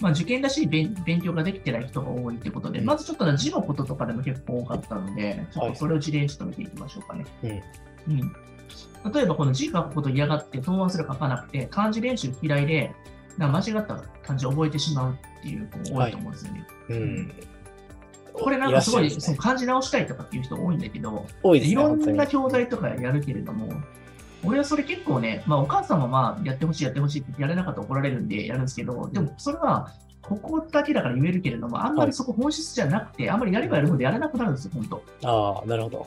まあ、受験らしい勉勉強ができてない人が多いということで、まずちょっとね字のこととかでも結構多かったので、ちょっとそれを事例にちょっと見ていきましょうかね。うん、例えば、この字書くこと嫌がって、答案すら書かなくて、漢字練習嫌いで、なんか間違った漢字を覚えてしまうっていう子多いと思うんですよね。うん。うん。これなんかすごいらっしゃるんですそねの漢字直したいとかっていう人多いんだけど、多いですいね。ろ本当んにな教材とかやるけれども、俺はそれ結構ね、まあ、お母さんはまあやってほしい、やってほしいってやれなかったら怒られるんでやるんですけど、でもそれはここだけだから言えるけれども、あんまりそこ本質じゃなくて、あんまりやればやるほどやらなくなるんですよ、本当。ああ、なるほど。、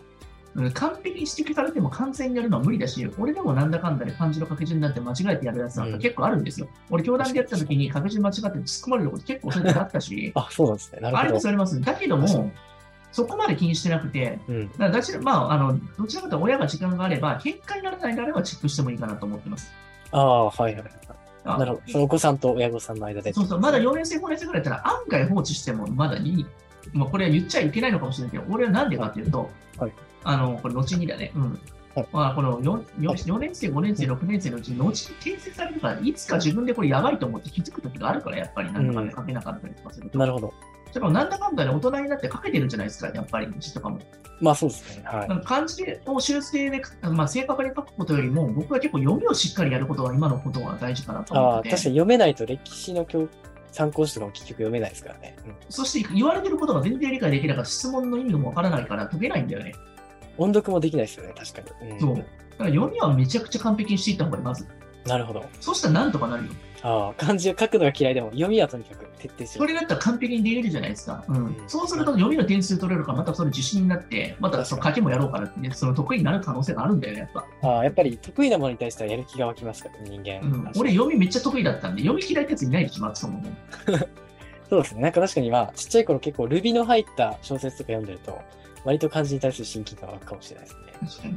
うん完璧に指摘されても完全にやるのは無理だし、俺でもなんだかんだで漢字の書き順なんて間違えてやるやつなんか結構あるんですよ。俺、教団でやった時に書き順間違って突っ込まれること結構そういうのあったしあ、そう なんですね。なあれるほもど。それます。だけど確かも、そこまで気にしてなくて、うん。だからどちらまあ、あのどちらかというと親が時間があれば、喧嘩にならないのであればチェックしてもいいかなと思ってます。ああ、はいはい。あなるほど。そのお子さんと親御さんの間で。そうそう、まだ4年生、5年生ぐらいだったら、案外放置してもまだいい。まあ、これは言っちゃいけないのかもしれないけど、俺はなんでかっていうと、はいあの、これ、後にだね。うん。はいまあ、この 4, はい4年生、5年生、6年生のうち、後に訂正されるから、いつか自分でこれやばいと思って気づく時があるから、やっぱり、なんだかんだ書けなかったりとかすると。なるほど。でも、なんだかんだで大人になって書けてるんじゃないですか、やっぱり、字とかも。まあそうですね。はい。なんか漢字を修正で、まあ、正確に書くことよりも、僕は結構読みをしっかりやることが今のことは大事かなとあ思っあ、確てかにて、読めないと歴史の教参考書とかも結局読めないですからね。うんそして言われてることが全然理解できないから、質問の意味もわからないから解けないんだよね。音読もできないですよね、確かに。んそう。だから読みはめちゃくちゃ完璧にしていった方がいいまず。なるほど。そしたらなんとかなるよ。ああ、漢字を書くのが嫌いでも、読みはとにかく徹底しそろ。れだったら完璧にできるじゃないですか。うんうんそうすると読みの点数取れるから、またそれ自信になって、またその書きもやろうからって、ね、その得意になる可能性があるんだよね、やっぱ。ああ、やっぱり得意なものに対してはやる気が湧きますから、人間。うん、俺、読みめっちゃ得意だったんで、読み嫌いってやついないでしょ、松本も。そうですね。なんか確かに、まあ、ちっちゃい頃結構、ルビの入った小説とか読んでると、割と漢字に対する親近感が湧くかもしれないで確すね。かに。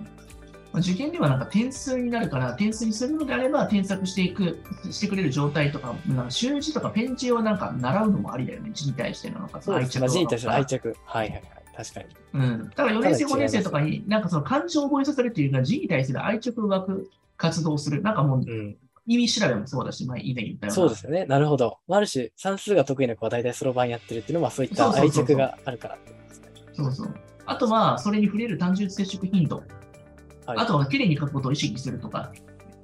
まあ受験ではなんか点数になるから、点数にするのであれば、添削していく、してくれる状態とか、なんか習字とかペン字をなんか習うのもありだよね、字に対してのなんかそうですね。まあ字愛に着対とすかる愛着。はいはいはい。確かに。うん。だから4年生、5かなり違い年ますね生とかに、なんかその漢字を覚えさせるっていうか、字に対する愛着を湧く活動をする、なんかもううん。意味調べもそうだし、前以前言ったような。そうですよね。なるほど。まあある種、算数が得意な子は大体そろばんやってるっていうのは、そういっそたうそう愛そうそう着があるからってことですね。そうそう。あとは、それに触れる単純接触頻度。はいあとは、綺麗に書くことを意識するとか、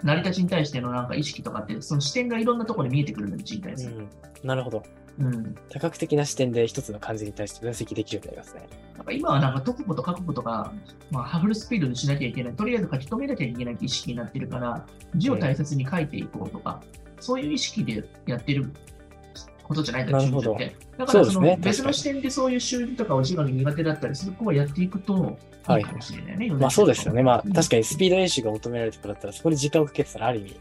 成り立ちに対してのなんか意識とかって、その視点がいろんなところに見えてくるので、字に対すうる。ん。なるほど。うん。多角的な視点で一つの漢字に対して分析できるようになりますね。なんか今はなんか解くこと書くことが、まあ、ハフルスピードにしなきゃいけない、とりあえず書き留めなきゃいけないって意識になってるから、字を大切に書いていこうとか、そういう意識でやってることじゃないんだ、なるほど中学って。だからそそうでのすね別確かのに視点でそういう修理とかお字が苦手だったりする子はやっていくといいかもしれないね。まあそうですよね。まあ確かかにスピード練習が求められてくだったら、そこに時間をかけてたら、ある意味、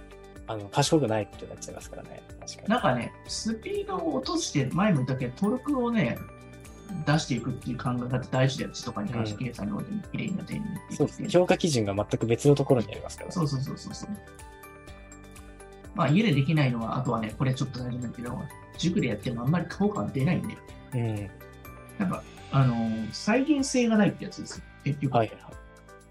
あの、賢くないことになっちゃいますからね。確かに。なんかね、スピードを落として、前も言ったけど、登録をね、出していくっていう考え方大事だよ、字とかに関して、計算においても綺麗な点になっていくっていそうですね。評価基準が全く別のところにありますから、ね。そうそうそうそうそう。まあ家でできないのは、あとはね、これちょっと大事なんだけど、塾でやってもあんまり効果が出ないんだよ。うん。なんか、あのー再現性がないってやつですよ。結局、はい。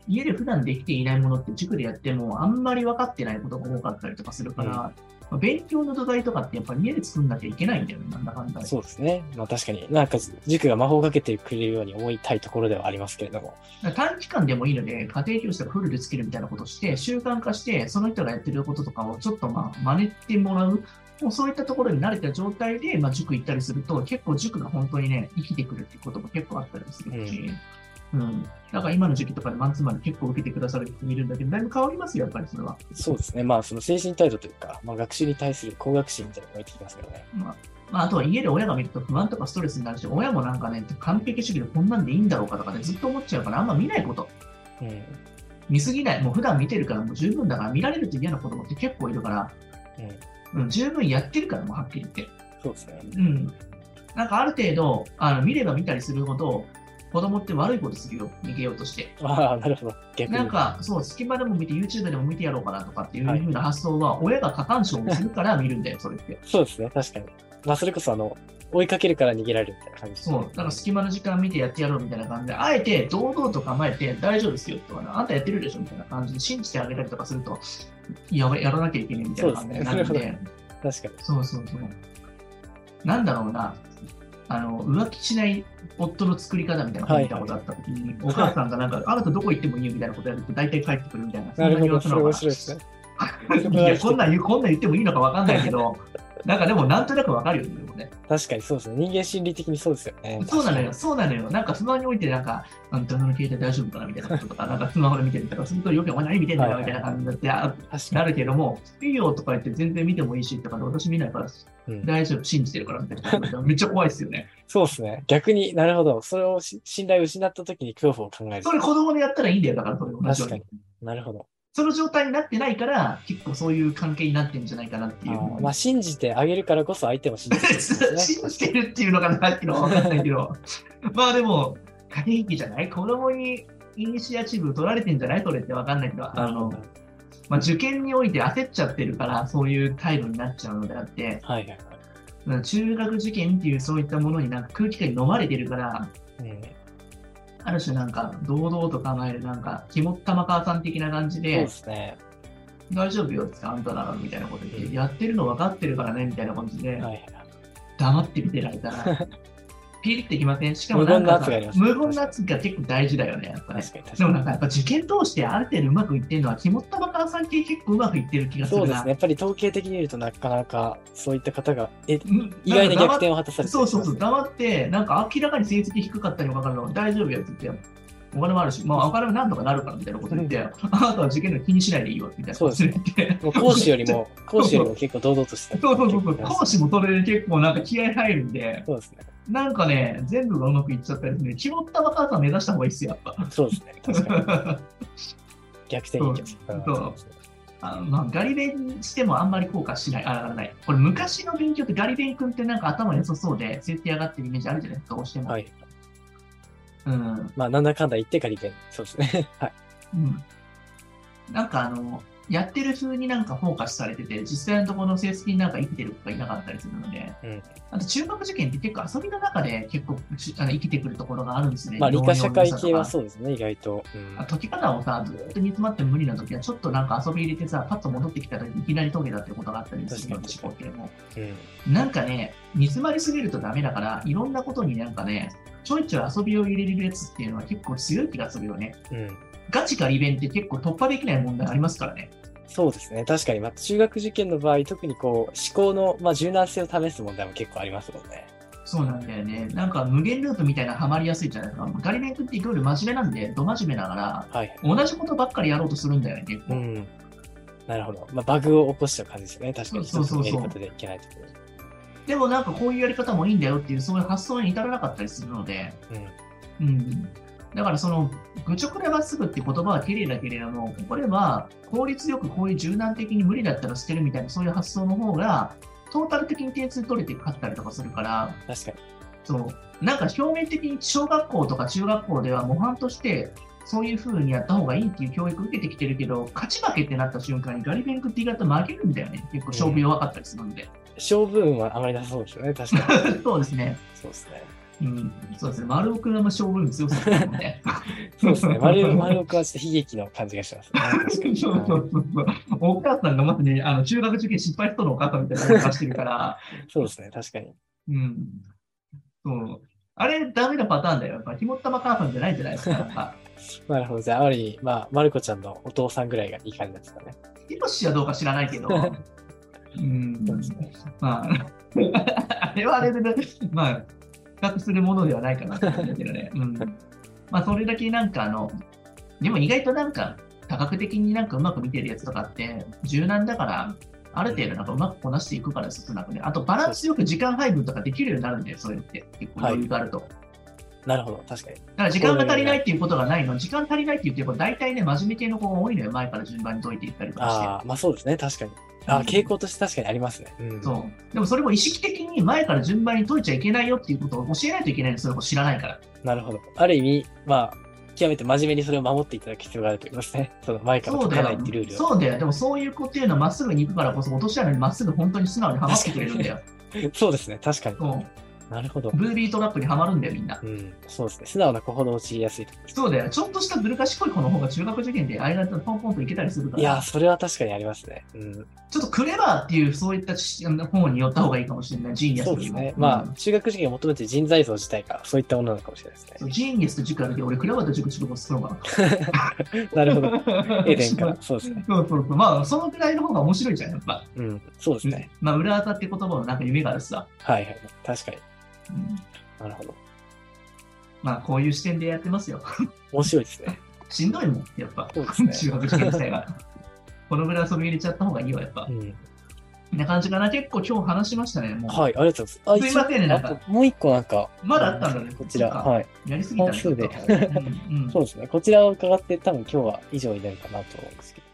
家で普段できていないものって塾でやってもあんまり分かってないことが多かったりとかするから、うんまあ勉強の土台とかってやっぱり家で作んなきゃいけないんだよね、なんだかんだで。そうですね。まあ確かに、なんか塾が魔法をかけてくれるように思いたいところではありますけれども。だから短期間でもいいので、家庭教師とかフルでつけるみたいなことをして、習慣化して、その人がやってることとかをちょっとまあ真似てもらう、もうそういったところに慣れた状態で、まあ、塾行ったりすると、結構塾が本当にね、生きてくるってことも結構あったりするし、うん。だから今の時期とかでマンツーマンで結構受けてくださる人もいるんだけど、だいぶ変わりますよ、やっぱりそれは。そうですね。まあその精神態度というか、まあ学習に対する高学心みたいなのが出てきますからね。まあまあ、あとは家で親が見ると不安とかストレスになるし、親もなんかね、完璧主義でこんなんでいいんだろうかとかね、ずっと思っちゃうから、あんま見ないこと。うん。見すぎない、もう普段見てるからもう十分だから、見られると嫌な子供って結構いるから、うん。うん、十分やってるから、もうはっきり言って。そうですね。うん。なんかある程度、あの見れば見たりするほど、子供って悪いことするよ、逃げようとして。ああ、なるほど。逆に。なんか、そう、隙間でも見て、YouTube でも見てやろうかなとかっていうはいふうな発想は、親が過干渉をする から見るんだよ、それって。そうですね。確かに。まあそれこそ、あの、追いかけるから逃げられるみたいな感じでそすねう、だから隙間の時間見てやってやろうみたいな感じで、あえて堂々と構えて、大丈夫ですよとかね、あんたやってるでしょみたいな感じで信じてあげたりとかすると、やばいやらなきゃいけないみたいな感じになるんそうですねなるで確かに。そうそうそう。なんだろうな、あの浮気しない夫の作り方みたいなのを見たことあったときに、お母さんがなんか、あなたどこ行ってもいいよみたいなことやると、大体帰ってくるみたいな、なるほど、そそんなれ様面子白いですね。なのかないやこんなん言うこんなん言ってもいいのかわかんないけど、 なんかでも、なんとなくわかるよね、でもね。確かにそうですね。人間心理的にそうですよね。そうなのよ、そうなのよ。なんかスマホにおいて、なんか、あの旦那の携帯大丈夫かなみたいなこととか、なんかスマホで見てるとか、するとよくお前何見てんだよみたいな感じになって、あ確かに。なるけども、いいよとか言って全然見てもいいしとかで、私見ないからうん大丈夫、信じてるからみたいなこと言ったら。めっちゃ怖いですよ ね。そうですね。逆になるほど。それをし信頼を失った時に恐怖を考えるそ。れ子供でやったらいいんだよ、だからそれ同じよ確うかにに。。なるほど。その状態になってないから、結構そういう関係になってるんじゃないかなってあいう。ーまあ、信じてあげるからこそ相手も信じてるんです ね。信じてるっていうのかな、さっきのは分かんないけ ど。まあでも、駆け引きじゃない子供にイニシアチブ取られてんじゃないそれって分かんないけど、あの、まあ、受験において焦っちゃってるから、そういう態度になっちゃうのであって、はいはいはい。うん中学受験っていうそういったものになんか空気感に飲まれてるから、うん、ある種なんか堂々と考える、なんか肝っ玉母さん的な感じそうでで、すね。大丈夫よってあんたならみたいなこと言って、やってるの分かってるからねみたいな感じではい、はいはい。黙って見てられた ら、ピリってきませんしかもなんかさ無言の圧があります無言の圧が結構大事だよね、やっぱね確。かに確でもなんかかやっぱ受験通してある程度うまくいってるのは、肝っ玉母さん系結構うまくいってる気に。がすそうるでなすね。。やっぱり統計的に見るとなかなかそういった方が、え、うん意外ななんか逆転を果たされてそうそうそう、だ黙って、なんか明らかに成績低かったにもかかわらず、大丈夫やって言って、お金もあるし、まあ、お金もなんとかなるからみたいなこと言って、あなたは受験の気にしないでいいよみたいなこと言って、もう講師よりも、講師よりも結構堂々としてた。そうそうそうそう、講師もそれで結構なんか気合入るんで、そうですね。なんかね、全部がうまくいっちゃったりするんで、決まったバカさん目指した方がいいっすよ、やっそうですね。確かに。ぱ。逆転劇ですね。そううんですね あのまあ、ガリ勉してもあんまり効果しない、あ上がらない。これ昔の勉強ってガリ勉君ってなんか頭良さそうで、設定上がってるイメージあるじゃないですか、どうしても。はい。うん、まあ、なんだかんだ言って仮弁。そうですね。はい。うんなんかあの、やってる風になんかフォーカスされてて、実際のところの成績になんか生きてる子がいなかったりするので、うんあと中学受験って結構遊びの中で結構しあの生きてくるところがあるんですね。まあ、理科社会系はう。そうですね、意外と。うん解き方をさ、ずっと煮詰まっても無理な時は、ちょっとなんか遊び入れてさ、パッと戻ってきたらいきなり解けたってことがあったりするので、確思かに考系も。うんなんかね、煮詰まりすぎるとダメだから、いろんなことになんかね、ちょいちょい遊びを入れれるやつっていうのは結構強い気がするよね。うんガチかリベンって結構突破できない問題ありますからね。そうですね。確かに、まあ、中学受験の場合、特にこう、思考の、まあ、柔軟性を試す問題も結構ありますもんね。そうなんだよね。なんか無限ループみたいなのハマりやすいじゃないですか。ガリベン君っていろいろ真面目なんで、ど真面目だから、はい。同じことばっかりやろうとするんだよね、結う構。ん。なるほど。まあ、バグを起こしちゃう感じですよね。確かに、そう一そつうのそうやそりう方でいけないとこでもなんかこういうやり方もいいんだよっていう、そういう発想に至らなかったりするので、ろ。うん。うん。だからその、愚直でまっすぐって言葉は綺麗だけれども、これは効率よくこういう柔軟的に無理だったら捨てるみたいな、そういう発想の方が、トータル的に点数取れて勝ったりとかするから、確かに。そうなんか表面的に小学校とか中学校では模範としてそういう風にやった方がいいっていう教育受けてきてるけど勝ち負けってなった瞬間にガリベンクって言い方負けるんだよね結構勝負弱かったりするんで、勝負運はあまりなさそうですよね。確 かに。そうですねそうですね。うんそうですね丸尾君はあんま勝負運強そうですもんねそうですね。丸、丸岡はちょっと悲劇の感じがし ますね。確かそうに。そううんそうお母さんがまずねあの中学受験失敗しそうなお母さんみたいな顔してるから、そうですね。確かに。うん、そうあれダメなパターンだよやっぱひもったま母さんじゃないじゃないですかやっぱなるほど。じゃあ、ある意味、まあ、まるこちゃんのお父さんぐらいがいい感じなんですかね。ヒロシはどうか知らないけど、 うんそうですね。まあ、あれはあれでね、まあ、比較するものではないかなと思うんだけどね。 うん、まあ、それだけなんか、あの、でも意外となんか、多角的になんかうまく見てるやつとかって、柔軟だから、ある程度なんかうまくこなしていくから進なくね。あと、バランスよく時間配分とかできるようになるんだよ、そうやって。結構余裕があると。なるほど。確かに。だから時間が足りないっていうことがないの。時間足りないって言って、大体ね、真面目系の子が多いのよ。前から順番に解いていったりとかして。ああ、まあそうですね。確かに。あうんあ、傾向として確かにありますね。うん。そう。でもそれも意識的に前から順番に解いちゃいけないよっていうことを教えないといけないんですそれも知らないから。なるほど。ある意味、まあ、極めて真面目にそれを守っていただく必要があるということですね。 その前からそう解だかないよっていうル。ールを。そうだよ。でもそういう子っていうのはまっ すぐに行くからこそ落とし穴にまっすぐ本当に素直にはまってくれるんだよ。そうですね。確かに。そう。なるほど。ブービートラップにはまるんだよ、みんな。うん、そうですね。素直な子ほど落ちやすいと。そうだよ。ちょっとした難しい子の方が中学受験で間にポンポンといけたりするかいやー、ら、それは確かにありますね。うん、ちょっとクレバーっていう、そういった方に寄った方がいいかもしれない。ジーニアスそようでりすも。ね。まうあ、ん中学受験を求めてる人材像自体がそういったものなのかもしれないですそうジーニアスと塾あるけど、俺、クレバーと塾塾も作ろうかね。なるほ ど。な。エデンから。そうです ね。そうそうそう。まあ、そのくらいの方が面白いじゃん、やっぱ。うん、そうですね。まあ、裏技って言葉のなんか夢があるしさ。はいはい。確かに。うんなるほど。まあ、こういう視点でやってますよ。 面白いですね。しんどいもん、やっぱ。そうですね中学受験自体が。 このぐらい遊び入れちゃった方がいいわ、やっぱう。ん。な感じかな。結構今日話しましたね、もう。はい、ありがとうございます。あすいませんね一応なんあともう一個なんか、まだあったんだね。こちら、そっかはい。やりすぎたね。本数でちょっとうんうんそうですね。こちらを伺って、多分今日は以上になるかなと思うんですけど。